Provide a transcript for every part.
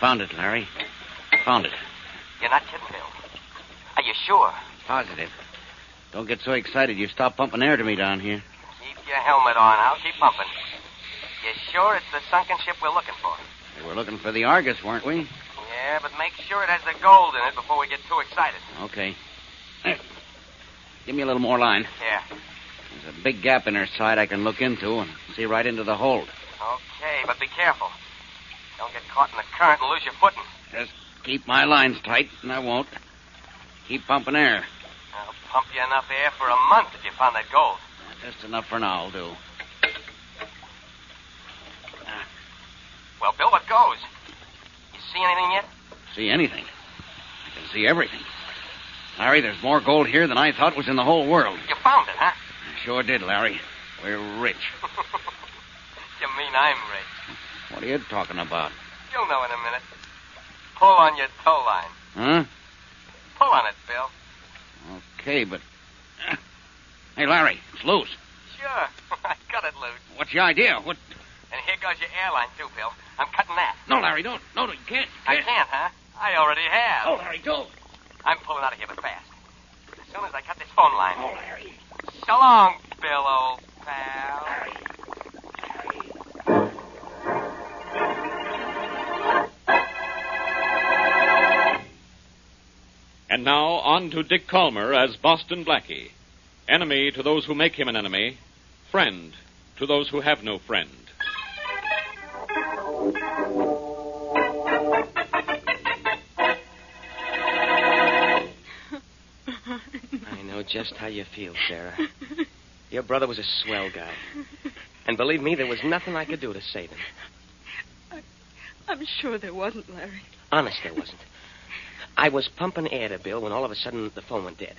found it, Larry. Found it. You're not kidding, Bill. Are you sure? Positive. Don't get so excited. You stop pumping air to me down here. Keep your helmet on. I'll keep pumping. You sure it's the sunken ship we're looking for? We were looking for the Argus, weren't we? Yeah, but make sure it has the gold in it before we get too excited. Okay. There. Give me a little more line. Yeah. There's a big gap in her side I can look into and see right into the hold. Okay, but be careful. Don't get caught in the current and lose your footing. Just keep my lines tight, and I won't. Keep pumping air. I'll pump you enough air for a month if you found that gold. Just enough for now will do. Uh. Well, Bill, what goes? You see anything yet? See anything. I can see everything. Larry, there's more gold here than I thought was in the whole world. You found it, huh? I sure did, Larry. We're rich. you mean I'm rich? What are you talking about? You'll know in a minute. Pull on your tow line. Huh? Pull on it, Bill. Okay, but. Uh. Hey, Larry, it's loose. Sure. I got it, Lou. What's your idea? What? And here goes your airline, too, Bill. I'm cutting that. No, Larry, don't. No, no, you can't. I can't, huh? I already have. No, Larry, don't. I'm pulling out of here, but fast. As soon as I cut this phone line. Oh, Larry. So long, Bill, oh. old pal. And now on to Dick Calmer as Boston Blackie. Enemy to those who make him an enemy, friend to those who have no friend. I know just how you feel, Sarah. Your brother was a swell guy. And believe me, there was nothing I could do to save him. I'm sure there wasn't, Larry. Honest, there wasn't. I was pumping air to Bill when all of a sudden the phone went dead.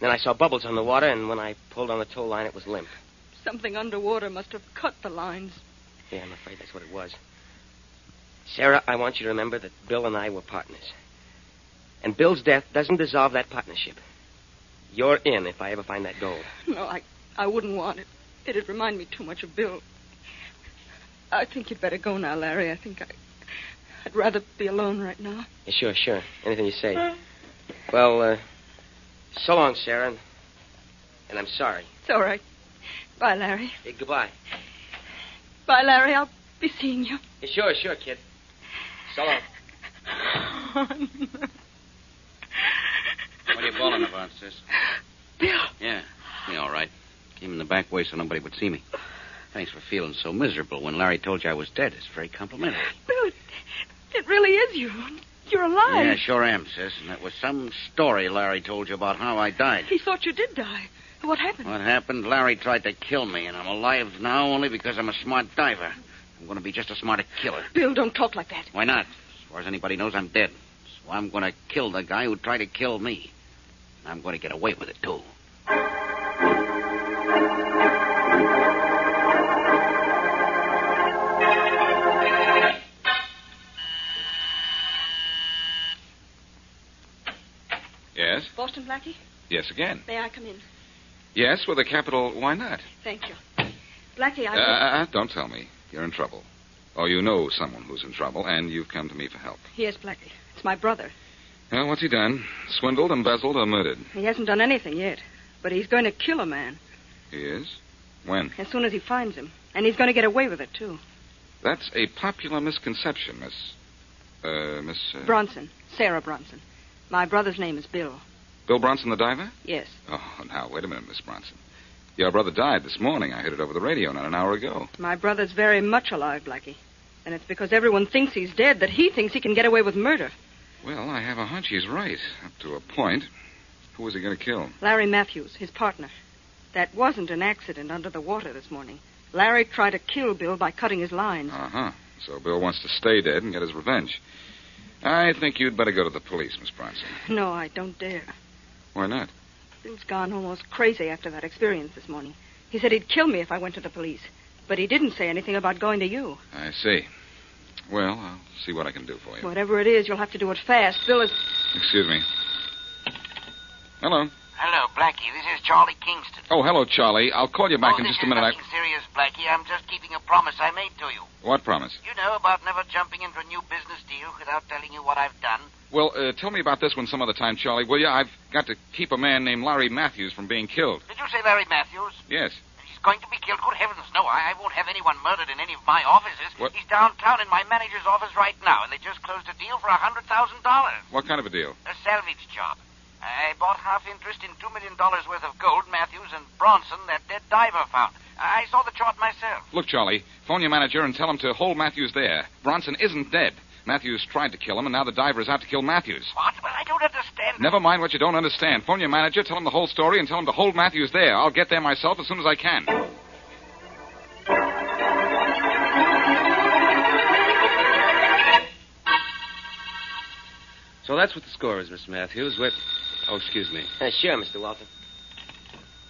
Then I saw bubbles on the water, and when I pulled on the tow line, it was limp. Something underwater must have cut the lines. Yeah, I'm afraid that's what it was. Sarah, I want you to remember that Bill and I were partners. And Bill's death doesn't dissolve that partnership. You're in if I ever find that gold. No, I, I wouldn't want it. It'd remind me too much of Bill. I think you'd better go now, Larry. I think I, I'd rather be alone right now. Yeah, Sure, sure. Anything you say. Well, uh, so long, Sarah. and- And I'm sorry. It's all right. Bye, Larry. Hey, goodbye. Bye, Larry. I'll be seeing you. Yeah, sure, sure, kid. So long. What are you bawling about, sis? Bill, Yeah, me all right. Came in the back way so nobody would see me. Thanks for feeling so miserable when Larry told you I was dead. It's very complimentary. Bill, it, it really is you. You're alive. Yeah, sure am, sis. And that was some story Larry told you about how I died. He thought you did die. What happened? What happened? Larry tried to kill me, and I'm alive now only because I'm a smart diver. I'm going to be just as smart a killer. Bill, don't talk like that. Why not? As far as anybody knows, I'm dead. So I'm going to kill the guy who tried to kill me. And I'm going to get away with it, too. Yes? Boston Blackie, Yes, again. may I come in? Yes, with a capital, why not? Thank you. Blackie, Uh, I. uh, uh, don't tell me. You're in trouble. Or you know someone who's in trouble, and you've come to me for help. Yes, Blackie. It's my brother. Well, what's he done? Swindled, embezzled, or murdered? He hasn't done anything yet, but he's going to kill a man He is. When? as soon as he finds him. And he's going to get away with it, too. That's a popular misconception, Miss. Uh, Miss. Uh, Bronson. Sarah Bronson. My brother's name is Bill. Bill Bronson, the diver? Yes. Oh, now, wait a minute, Miss Bronson. Your brother died this morning. I heard it over the radio not an hour ago. My brother's very much alive, Blackie. And it's because everyone thinks he's dead that he thinks he can get away with murder. Well, I have a hunch he's right, up to a point. Who was he going to kill? Larry Matthews, his partner. That wasn't an accident under the water this morning. Larry tried to kill Bill by cutting his lines. Uh huh. So Bill wants to stay dead and get his revenge. I think you'd better go to the police, Miss Bronson. No, I don't dare. Why not? Bill's gone almost crazy after that experience this morning. He said he'd kill me if I went to the police. But he didn't say anything about going to you. I see. Well, I'll see what I can do for you. Whatever it is, you'll have to do it fast. Bill is. Excuse me. Hello. Hello, Blackie. This is Charlie Kingston. Oh, hello, Charlie. I'll call you back oh, in this just a is minute. I... Nothing serious, Blackie. I'm just keeping a promise I made to you. What promise? You know about never jumping into a new business deal without telling you what I've done. Well, uh, tell me about this one some other time, Charlie, will you? I've got to keep a man named Larry Matthews from being killed. Did you say Larry Matthews? Yes. He's going to be killed. Good heavens, no. I, I won't have anyone murdered in any of my offices. What- He's downtown in my manager's office right now, and they just closed a deal for a $100,000. What kind of a deal? A salvage job. I bought half interest in $2 million worth of gold Matthews and Bronson, that dead diver, found. I saw the chart myself. Look, Charlie, phone your manager and tell him to hold Matthews there. Bronson isn't dead. Matthews tried to kill him, and now the diver is out to kill Matthews. What? But I don't understand. Never mind what you don't understand. Phone your manager, tell him the whole story, and tell him to hold Matthews there. I'll get there myself as soon as I can. So that's what the score is, Mr. Matthews. Wait. Oh, excuse me. Uh, sure, Mr. Walton.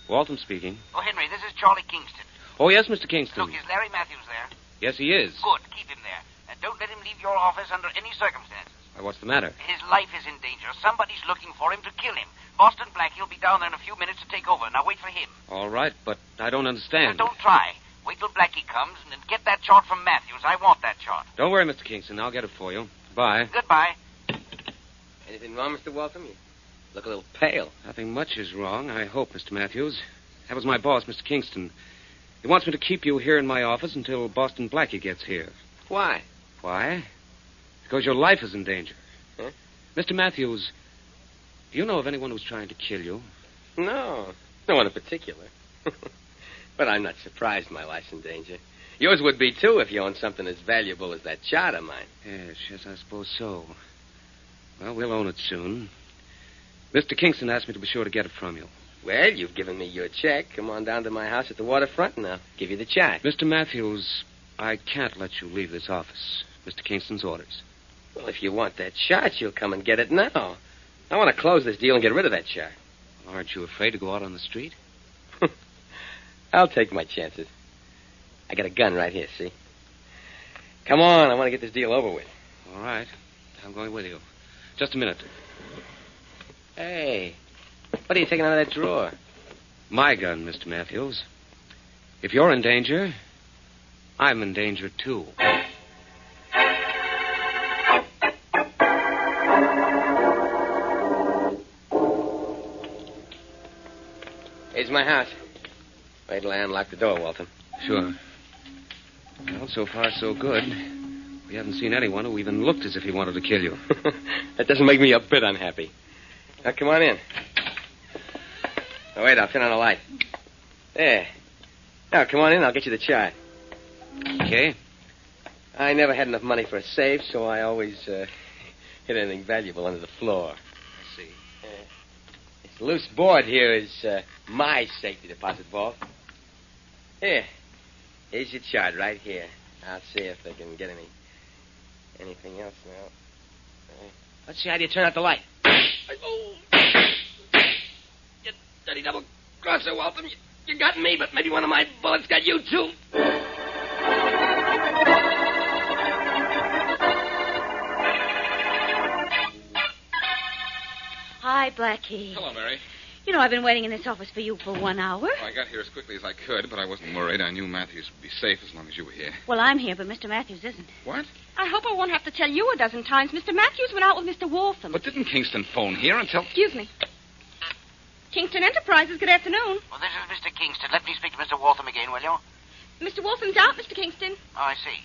Walton speaking. Oh, Henry, this is Charlie Kingston. Oh, yes, Mr. Kingston. Look, is Larry Matthews there? Yes, he is. Good. Keep him there. And don't let him leave your office under any circumstances. Why, Uh, What's the matter? His life is in danger. Somebody's looking for him to kill him. Boston Black, he'll be down there in a few minutes to take over. Now wait for him. All right, but I don't Now, understand. don't try. Wait till Blackie comes and then get that chart from Matthews. I want that chart. Don't worry, Mr. Kingston. I'll get it for you. Bye. Goodbye. Anything wrong, Mr. Walton? You look a little pale. Nothing much is wrong, I hope, Mr. Matthews. That was my boss, Mr. Kingston. He wants me to keep you here in my office until Boston Blackie gets here. Why? Why? Because your life is in danger. Huh? Mr. Matthews, do you know of anyone who's trying to kill you? No. No one in particular. but I'm not surprised my life's in danger. Yours would be, too, if you owned something as valuable as that chart of mine. Yes, yes, I suppose so. Well, we'll own it soon. Mr. Kingston asked me to be sure to get it from you. Well, you've given me your check. Come on down to my house at the waterfront, and I'll give you the chart. Mr. Matthews, I can't let you leave this office. Mr. Kingston's orders. Well, if you want that chart, you'll come and get it now. I want to close this deal and get rid of that chart. Aren't you afraid to go out on the street? I'll take my chances. I got a gun right here, see? Come on, I want to get this deal over with. All right. I'm going with you. Just a minute. Hey, what are you taking out of that drawer? My gun, Mr. Matthews. If you're in danger, I'm in danger too. Here's my house. Wait till I unlock the door, Walton. Sure. Well, so far, so good. We haven't seen anyone who even looked as if he wanted to kill you. that doesn't make me a bit unhappy. Now, come on in. Now, Oh, wait, I'll turn on a light. There. Now, come on in, I'll get you the chart. Okay? I never had enough money for a safe, so I always uh, hid anything valuable under the floor. I see. This loose board here is uh, my safety deposit vault. Here, here's your chart right here. I'll see if they can get any anything else now. Uh, let's see how do you turn out the light. Oh, you dirty double crosser, Walton! You, you got me, but maybe one of my bullets got you too. Hi, Blackie. Hello, Mary. You know, I've been waiting in this office for you for one hour. Well, I got here as quickly as I could, but I wasn't worried. I knew Matthews would be safe as long as you were here. Well, I'm here, but Mr. Matthews isn't. What? I hope I won't have to tell you a dozen times. Mr. Matthews went out with Mr. Waltham. But didn't Kingston phone here and tell. Excuse me. Kingston Enterprises, good afternoon. Well, this is Mr. Kingston. Let me speak to Mr. Waltham again, will you? Mr. Waltham's out, Mr. Kingston. Oh, I see.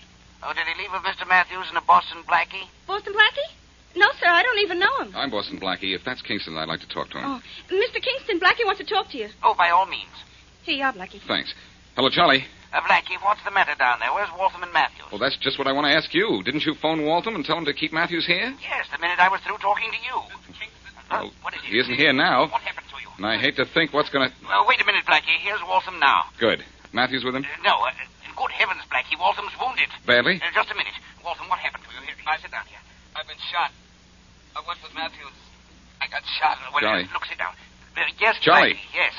Oh, did he leave with Mr. Matthews and a Boston Blackie? Boston Blackie? No, sir, I don't even know him. I'm Boston Blackie. If that's Kingston, I'd like to talk to him. Oh, Mr. Kingston, Blackie wants to talk to you. Oh, by all means. Here you are, Blackie. Thanks. Hello, Charlie. Uh, Blackie, what's the matter down there? Where's Waltham and Matthews? Well, that's just what I want to ask you. Didn't you phone Waltham and tell him to keep Matthews here? Yes, the minute I was through talking to you. Huh? Well, Oh, What is it? he isn't here now. What happened to you? And I hate to think what's going to. Uh, wait a minute, Blackie. Here's Waltham now. Good. Matthews with him? Uh, no, uh, good heavens, Blackie. Waltham's wounded. Badly? Uh, just a minute. Waltham, what happened to you? Here, I sit down here. I've been shot. I went with Matthews. I got shot. Well, Charlie. Look, sit down. Uh, yes, Charlie. Blackie, yes.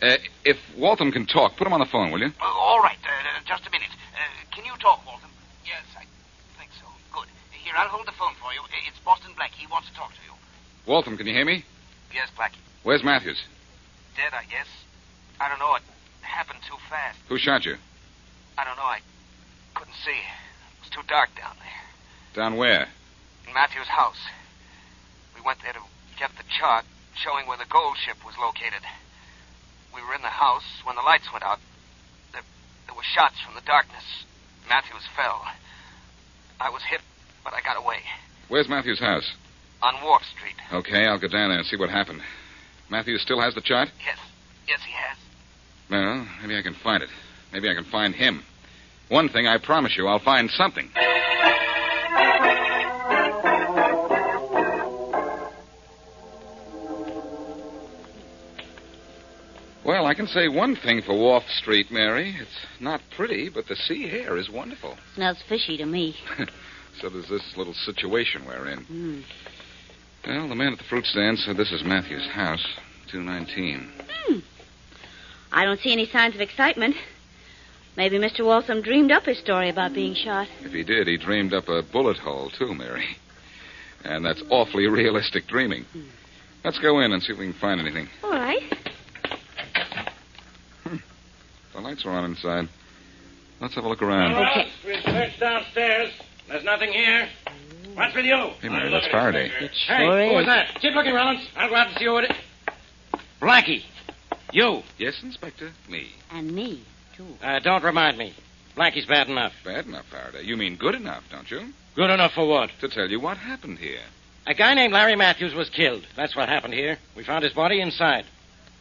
Uh, if Waltham can talk, put him on the phone, will you? Uh, all right, uh, uh, just a minute. Uh, can you talk, Waltham? Yes, I think so. Good. Here, I'll hold the phone for you. Uh, It's Boston Blackie. He wants to talk to you. Waltham, can you hear me? Yes, Blackie. Where's Matthews? dead, I guess. I don't know. It happened too fast. Who shot you? I don't know. I couldn't see. It was too dark down there. Down where? In Matthew's house. We went there to get the chart showing where the gold ship was located. We were in the house when the lights went out. There, there were shots from the darkness. Matthews fell. I was hit, but I got away. Where's Matthew's house? On Wharf Street. Okay, I'll go down there and see what happened. Matthews still has the chart? Yes. Yes, he has. Well, maybe I can find it. Maybe I can find him. One thing I promise you, I'll find something. Well, I can say one thing for Wharf Street, Mary. It's not pretty, but the sea here is wonderful. Smells fishy to me. So there's this little situation we're in. Mm. Well, the man at the fruit stand said this is Matthew's house, 219. I don't see any signs of excitement. Maybe Mr. Walsam dreamed up his story about being shot. If he did, he dreamed up a bullet hole, too, Mary. And that's awfully realistic dreaming. Let's go in and see if we can find anything. All right. The lights are on inside. Let's have a look around. Okay. We searched downstairs. There's nothing here. What's with you? Hey, Mary, that's Faraday. It sure hey, who is. was that? Keep looking, Rollins. I'll go out and see who it is. Blackie. You. Yes, Inspector. Me. And me, too. Uh, don't remind me. Blackie's bad enough. Bad enough, Faraday. You mean good enough, don't you? Good enough for what? To tell you what happened here. A guy named Larry Matthews was killed. That's what happened here. We found his body inside.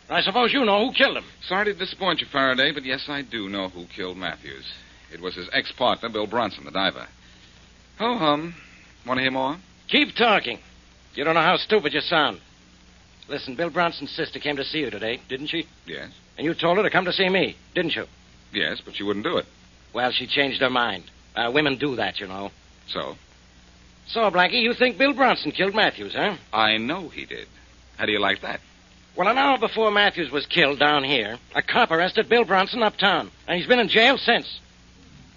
I suppose you know who killed him. Sorry to disappoint you, Faraday, but yes, I do know who killed Matthews. It was his ex partner, Bill Bronson, the diver. Ho hum. Want to hear more? Keep talking. You don't know how stupid you sound. Listen, Bill Bronson's sister came to see you today, didn't she? Yes. And you told her to come to see me, didn't you? Yes, but she wouldn't do it. Well, she changed her mind. Uh, women do that, you know. So, So, Blackie, you think Bill Bronson killed Matthews, huh? I know he did. How do you like that? Well, an hour before Matthews was killed down here, a cop arrested Bill Bronson uptown, and he's been in jail since.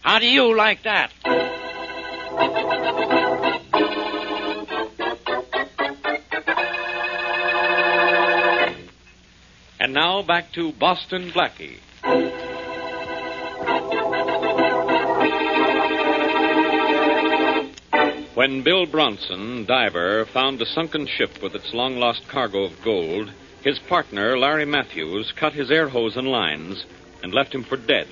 How do you like that? And now back to Boston Blackie. When Bill Bronson, diver, found a sunken ship with its long lost cargo of gold, his partner, Larry Matthews, cut his air hose and lines and left him for dead.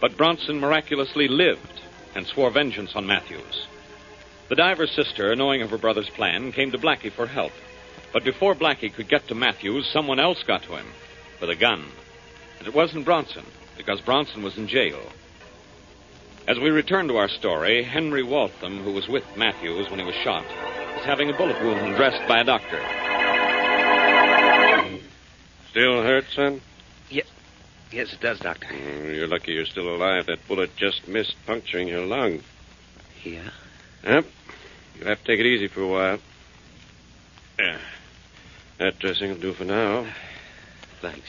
But Bronson miraculously lived and swore vengeance on Matthews. The diver's sister, knowing of her brother's plan, came to Blackie for help. But before Blackie could get to Matthews, someone else got to him with a gun. And it wasn't Bronson, because Bronson was in jail. As we return to our story, Henry Waltham, who was with Matthews when he was shot, is having a bullet wound dressed by a doctor. Still hurt, son? Oh, Yes, it does, Doctor. You're lucky you're still alive. That bullet just missed puncturing your lung. Yeah? Yep. You'll have to take it easy for a while. Yeah. That dressing will do for now. Thanks.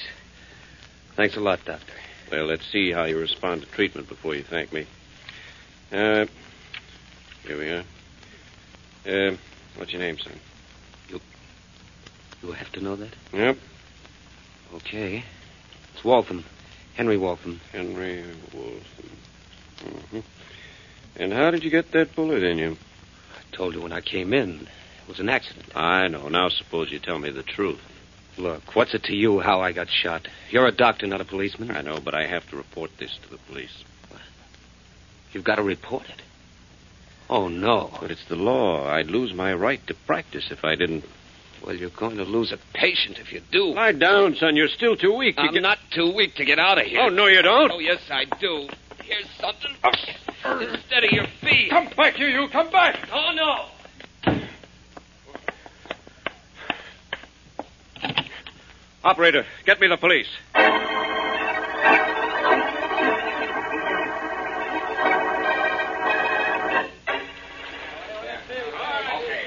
Thanks a lot, Doctor. Well, let's see how you respond to treatment before you thank me. Uh, here we are. Uh, what's your name, son? You have to know that? Yep, Okay. It's Waltham. Henry Waltham. Henry Wolfson. hmm And how did you get that bullet in you? I told you when I came in. It was an accident. I know. Now suppose you tell me the truth. Look, what's it to you how I got shot? You're a doctor, not a policeman. I know, but I have to report this to the police. You've got to report it. Oh, no. But it's the law. I'd lose my right to practice if I didn't. Well, you're going to lose a patient if you do. Lie down, son. You're still too weak. to I'm get- not too weak to get out of here. Oh, no, you don't. Oh, yes, I do. Here's something. Instead of your feet. Ah. Come back here, you. Come back. Oh, no. Operator, get me the police.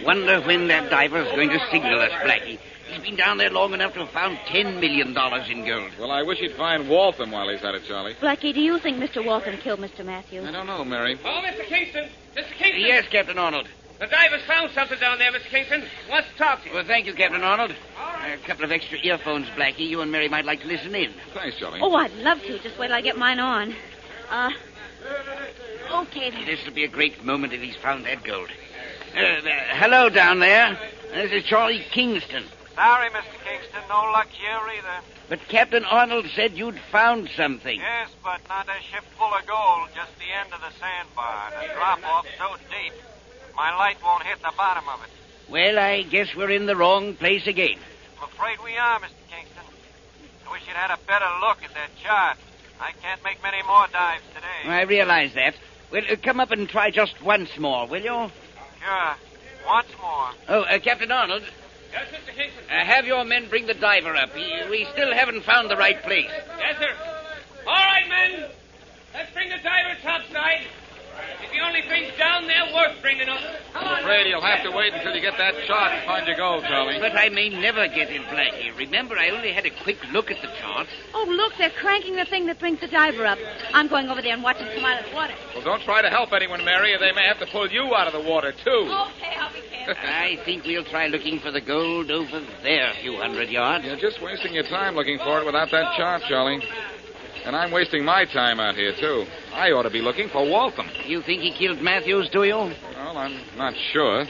Wonder when that diver's going to signal us, Blackie. He's been down there long enough to have found $10 million in gold. Well, I wish he'd find Waltham while he's at it, Charlie. Blackie, do you think Mr. Waltham killed Mr. I Matthews? don't know, Mary. Oh, Mr. Kingston. Mr. Kingston. Yes, Captain Arnold. The diver's found something down there, Mr. Kingston. Wants to talk to Well, thank you, Captain Arnold. All right. There are a couple of extra earphones, Blackie. You and Mary might like to listen in. Thanks, Johnny. Oh, I'd love to. Just wait till I get mine on. Uh, okay then. This will be a great moment if he's found that gold. Uh, uh, hello down there. This is Charlie Kingston. Sorry, Mr. Kingston. No luck here either. But Captain Arnold said you'd found something. Yes, but not a ship full of gold, just the end of the sandbar. and A drop off so deep, my light won't hit the bottom of it. Well, I guess we're in the wrong place again. I'm afraid we are, Mr. Kingston. I wish you'd had a better look at that chart. I can't make many more dives today. I realize that. Well, uh, come up and try just once more, will you? Sure. Once more. Oh, uh, Captain Arnold. Yes, Mr. Kingston. Uh, have your men bring the diver up. He- we still haven't found the right place. Yes, sir. All right, men. Let's bring the diver topside. If he only brings down there, worth bringing up. Come on. I'm afraid you'll have to wait until you get that chart and find your gold, Charlie. But I may never get it, Blackie. Remember, I only had a quick look at the chart. Oh, look, they're cranking the thing that brings the diver up. I'm going over there and watch him come out of the water. Well, don't try to help anyone, Mary, or they may have to pull you out of the water, too. Okay, I'll be careful. I think we'll try looking for the gold over there, a few hundred yards. You're just wasting your time looking for it without that chart, Charlie. And I'm wasting my time out here, too. I ought to be looking for Waltham. You think he killed Matthews, do you? Well, I'm not sure.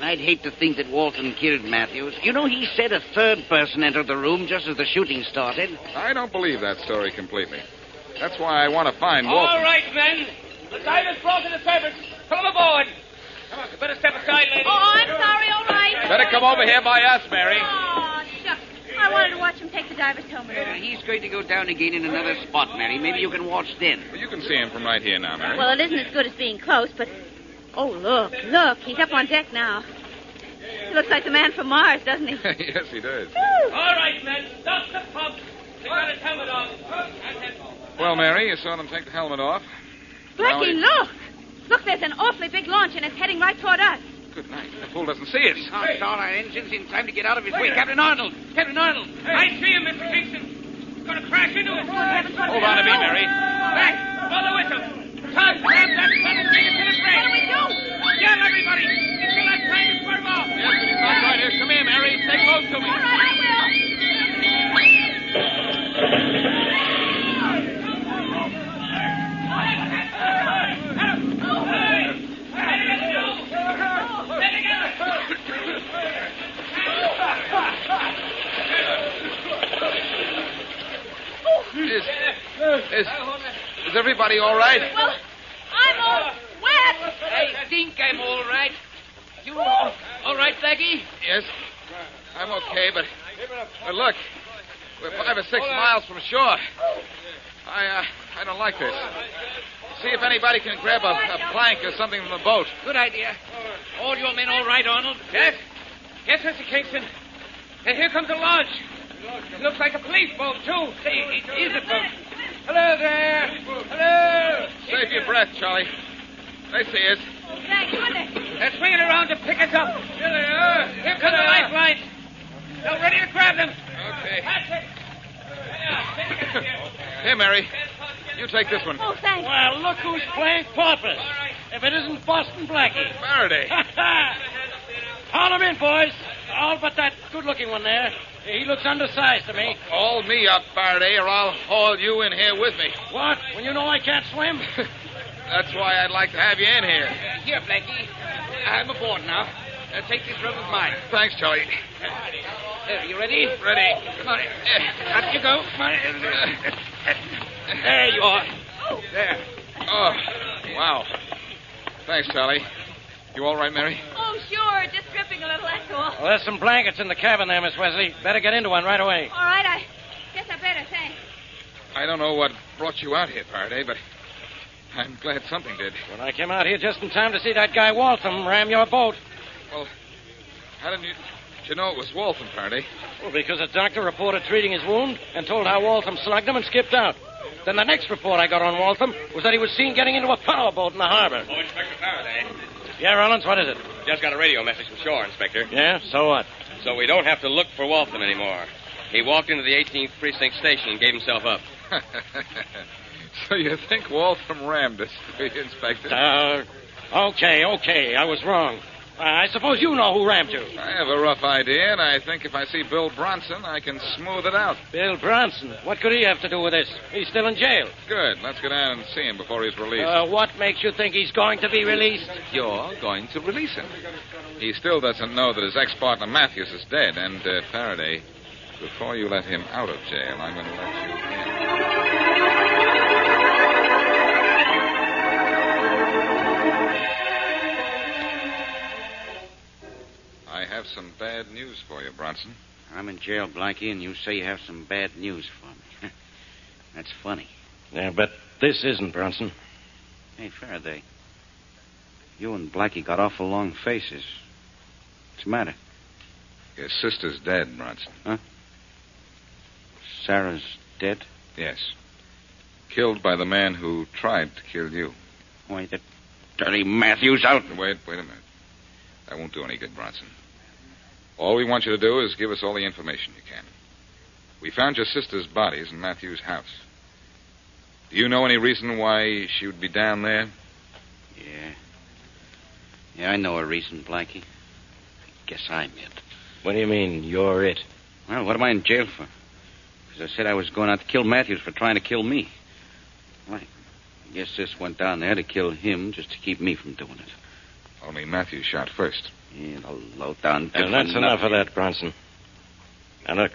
I'd hate to think that Walton killed Matthews. You know, he said a third person entered the room just as the shooting started. I don't believe that story completely. That's why I want to find All Waltham. right, men. The diver's brought to the surface. Pull him aboard. Come on, you better step aside, lady. Oh, I'm sorry, all right. Better come over here by us, Mary. Oh, shucks. I wanted to watch him take the divers home. Uh, he's going to go down again in another spot, Mary. Maybe you can watch then. Well, you can see him from right here now, Mary. Well, it isn't as good as being close, but. Oh, look, look. He's up on deck now. He looks like the man from Mars, doesn't he? yes, he does. All right, men. Stop the pump. They got his helmet off. That's it. Well, Mary, you saw them take the helmet off. Blackie, look. Look, there's an awfully big launch, and it's heading right toward us. Good night. The fool doesn't see us. Can't start our engines in time to get out of his way. Captain Arnold! Captain Arnold! I see him, Mr. Kingston. He's gonna crash into it. Hold on to me, Mary. Back. Blow the whistle. Tom, grab that gun and bring it to the train. What do we do? Yell, everybody. It's the last time to swerve off. Yes, but he's not right here. Come here, Mary. Stay close to me. All right, I will. Is, is, is everybody all right? Well, I'm all wet. I think I'm all right. You all, all right, Blackie? Yes. I'm okay, but, but look, we're five or six miles from shore. I uh, I don't like this. See if anybody can grab a, a plank or something from the boat. Good idea. All your men all right, Arnold? Yes. Yes, Mr. Kingston. And here comes a launch. It looks like a police boat, too. Say, it is a boat. Hello there. Hello. Save your breath, Charlie. They see us. Thank goodness. They're swinging around to pick us up. Here they are. Here come the lifelines. They're ready to grab them. Okay. That's it. They are. Pick us here. Here, Mary. You take this one. Oh, thanks. Well, look who's playing porpoise. All right. If it isn't Boston Blackie. Faraday. Ah, Haul him in, boys. All but that good-looking one there. He looks undersized to me. Haul me up, Faraday, or I'll haul you in here with me. What? When you know I can't swim? That's why I'd like to have you in here. Here, Blackie. I'm aboard now. Uh, take this rope of mine. Thanks, Charlie. Uh, There, you ready? Ready. Come on. Eh, Up you go. Come on. There you are. There. Oh, wow. Thanks, Charlie. You all right, Mary? Oh, sure. Just dripping a little, that's all. Well, there's some blankets in the cabin there, Miss Wesley. Better get into one right away. All right, I guess I better, thanks. I don't know what brought you out here, Faraday, but I'm glad something did. When I came out here just in time to see that guy Waltham ram your boat. Well, how did you, did you know it was Walton, Faraday? Well, because a doctor reported treating his wound and told how Waltham slugged him and skipped out. Then the next report I got on Waltham was that he was seen getting into a power boat in the harbor. Oh, Inspector Faraday. Yeah, Rollins, what is it? Just got a radio message from shore, Inspector. Yeah, so what? So we don't have to look for Waltham anymore. He walked into the 18th Precinct Station and gave himself up. so you think Waltham rammed us, do you, Inspector? Uh, okay, okay, I was wrong. I suppose you know who rammed you. I have a rough idea, and I think if I see Bill Bronson, I can smooth it out. Bill Bronson. What could he have to do with this? He's still in jail. Good. Let's go down and see him before he's released. Uh, what makes you think he's going to be released? You're going to release him. He still doesn't know that his ex partner Matthews is dead, and uh, Faraday, before you let him out of jail, I'm going to let you. I have some bad news for you, Bronson. I'm in jail, Blackie, and you say you have some bad news for me. That's funny. Yeah, but this isn't Bronson. Hey, Faraday, you and Blackie got awful long faces. What's the matter? Your sister's dead, Bronson. Sarah's dead? Yes. Killed by the man who tried to kill you. Why, the dirty Matthews out. Wait, wait a minute. That won't do any good, Bronson. All we want you to do is give us all the information you can. We found your sister's bodies in Matthew's house. Do you know any reason why she would be down there? Yeah. Yeah, I know a reason, Blackie. I guess I'm it. What do you mean, you're it? Well, what am I in jail for? Because I said I was going out to kill Matthews for trying to kill me. Well, I guess this went down there to kill him just to keep me from doing it. Only Matthew shot first. Yeah, the low down. And that's enough of that, Bronson. Now, look,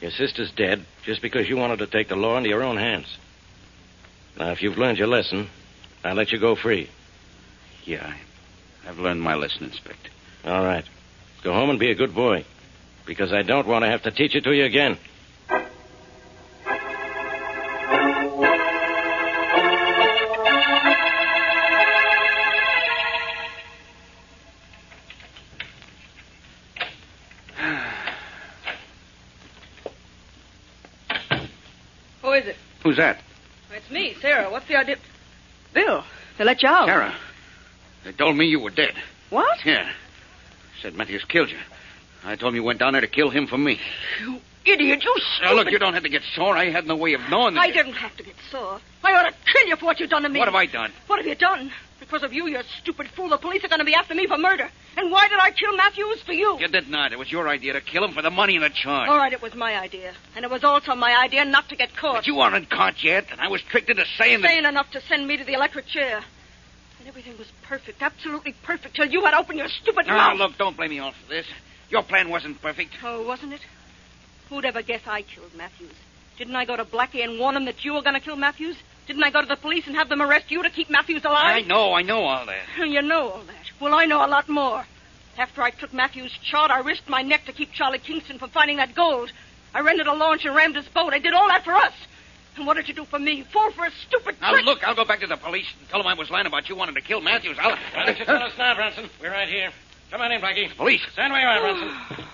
your sister's dead just because you wanted to take the law into your own hands. Now, if you've learned your lesson, I'll let you go free. Yeah, I- I've learned my lesson, Inspector. All right. Go home and be a good boy, because I don't want to have to teach it to you again. Who is it? Who's that? It's me, Sarah. What's the idea? Bill, they let you out. Sarah. They told me you were dead. What? Yeah. Said Matthews killed you. I told him you went down there to kill him for me. You idiot. You Now, stupid. look, you don't have to get sore. I had no way of knowing that. I you- didn't have to get sore. I ought to kill you for what you've done to me. What have I done? What have you done? Because of you, you stupid fool, the police are going to be after me for murder. And why did I kill Matthews for you? You did not. It was your idea to kill him for the money and the charge. All right, it was my idea. And it was also my idea not to get caught. But you aren't caught yet, and I was tricked into saying that. Sane enough to send me to the electric chair. And everything was perfect, absolutely perfect, till you had opened your stupid Now, mouth. look, don't blame me all for this. Your plan wasn't perfect. Oh, wasn't it? Who'd ever guess I killed Matthews? Didn't I go to Blackie and warn him that you were going to kill Matthews? Didn't I go to the police and have them arrest you to keep Matthews I alive? know, I know all that. You know all that. Well, I know a lot more. After I took Matthews' chart, I risked my neck to keep Charlie Kingston from finding that gold. I rented a launch and rammed his boat. I did all that for us. And what did you do for me? Fall for a stupid Now, trick. look, I'll go back to the police and tell them I was lying about you wanting to kill Matthews. I'll. Why don't you tell us now, Bronson? We're right here. Come on in, Blackie. Police. Stand where you are, Bronson.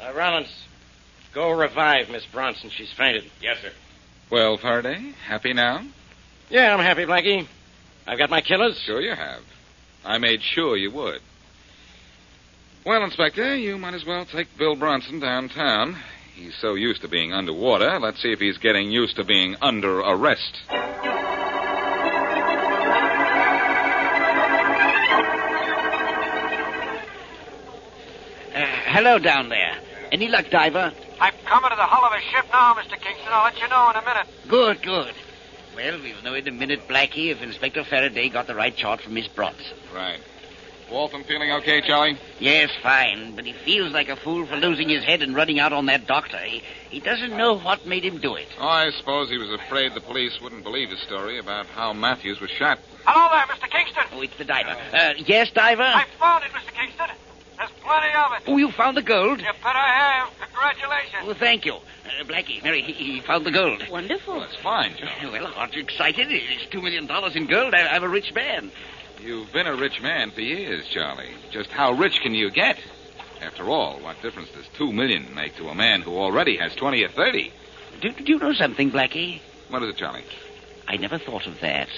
Uh, Rollins, go revive Miss Bronson. She's fainted. Yes, sir. Well, Faraday, happy now? Yeah, I'm happy, Blackie. I've got my killers. Sure you have. I made sure you would. Well, Inspector, you might as well take Bill Bronson downtown. He's so used to being underwater. Let's see if he's getting used to being under arrest. Uh, hello down there. Any luck, diver? I'm coming to the hull of a ship now, Mr. Kingston. I'll let you know in a minute. Good, good. Well, we'll know in a minute, Blackie, if Inspector Faraday got the right chart from Miss Bronson. Right. Waltham feeling okay, Charlie? Yes, fine, but he feels like a fool for losing his head and running out on that doctor. He, he doesn't know what made him do it. Oh, I suppose he was afraid the police wouldn't believe his story about how Matthews was shot. Hello there, Mr. Kingston. Oh, it's the diver. Uh, yes, diver? I found it, Mr. Kingston. There's plenty of it. Oh, you found the gold? You bet I have. Congratulations. Oh, thank you. Uh, Blackie, Mary, he, he found the gold. Well, Wonderful. that's fine, Charlie. Well, aren't you excited? It's $2 million in gold. I, I'm a rich man. You've been a rich man for years, Charlie. Just how rich can you get? After all, what difference does two million make to a man who already has twenty or thirty? Do, do you know something, Blackie? What is it, Charlie? I never thought of that.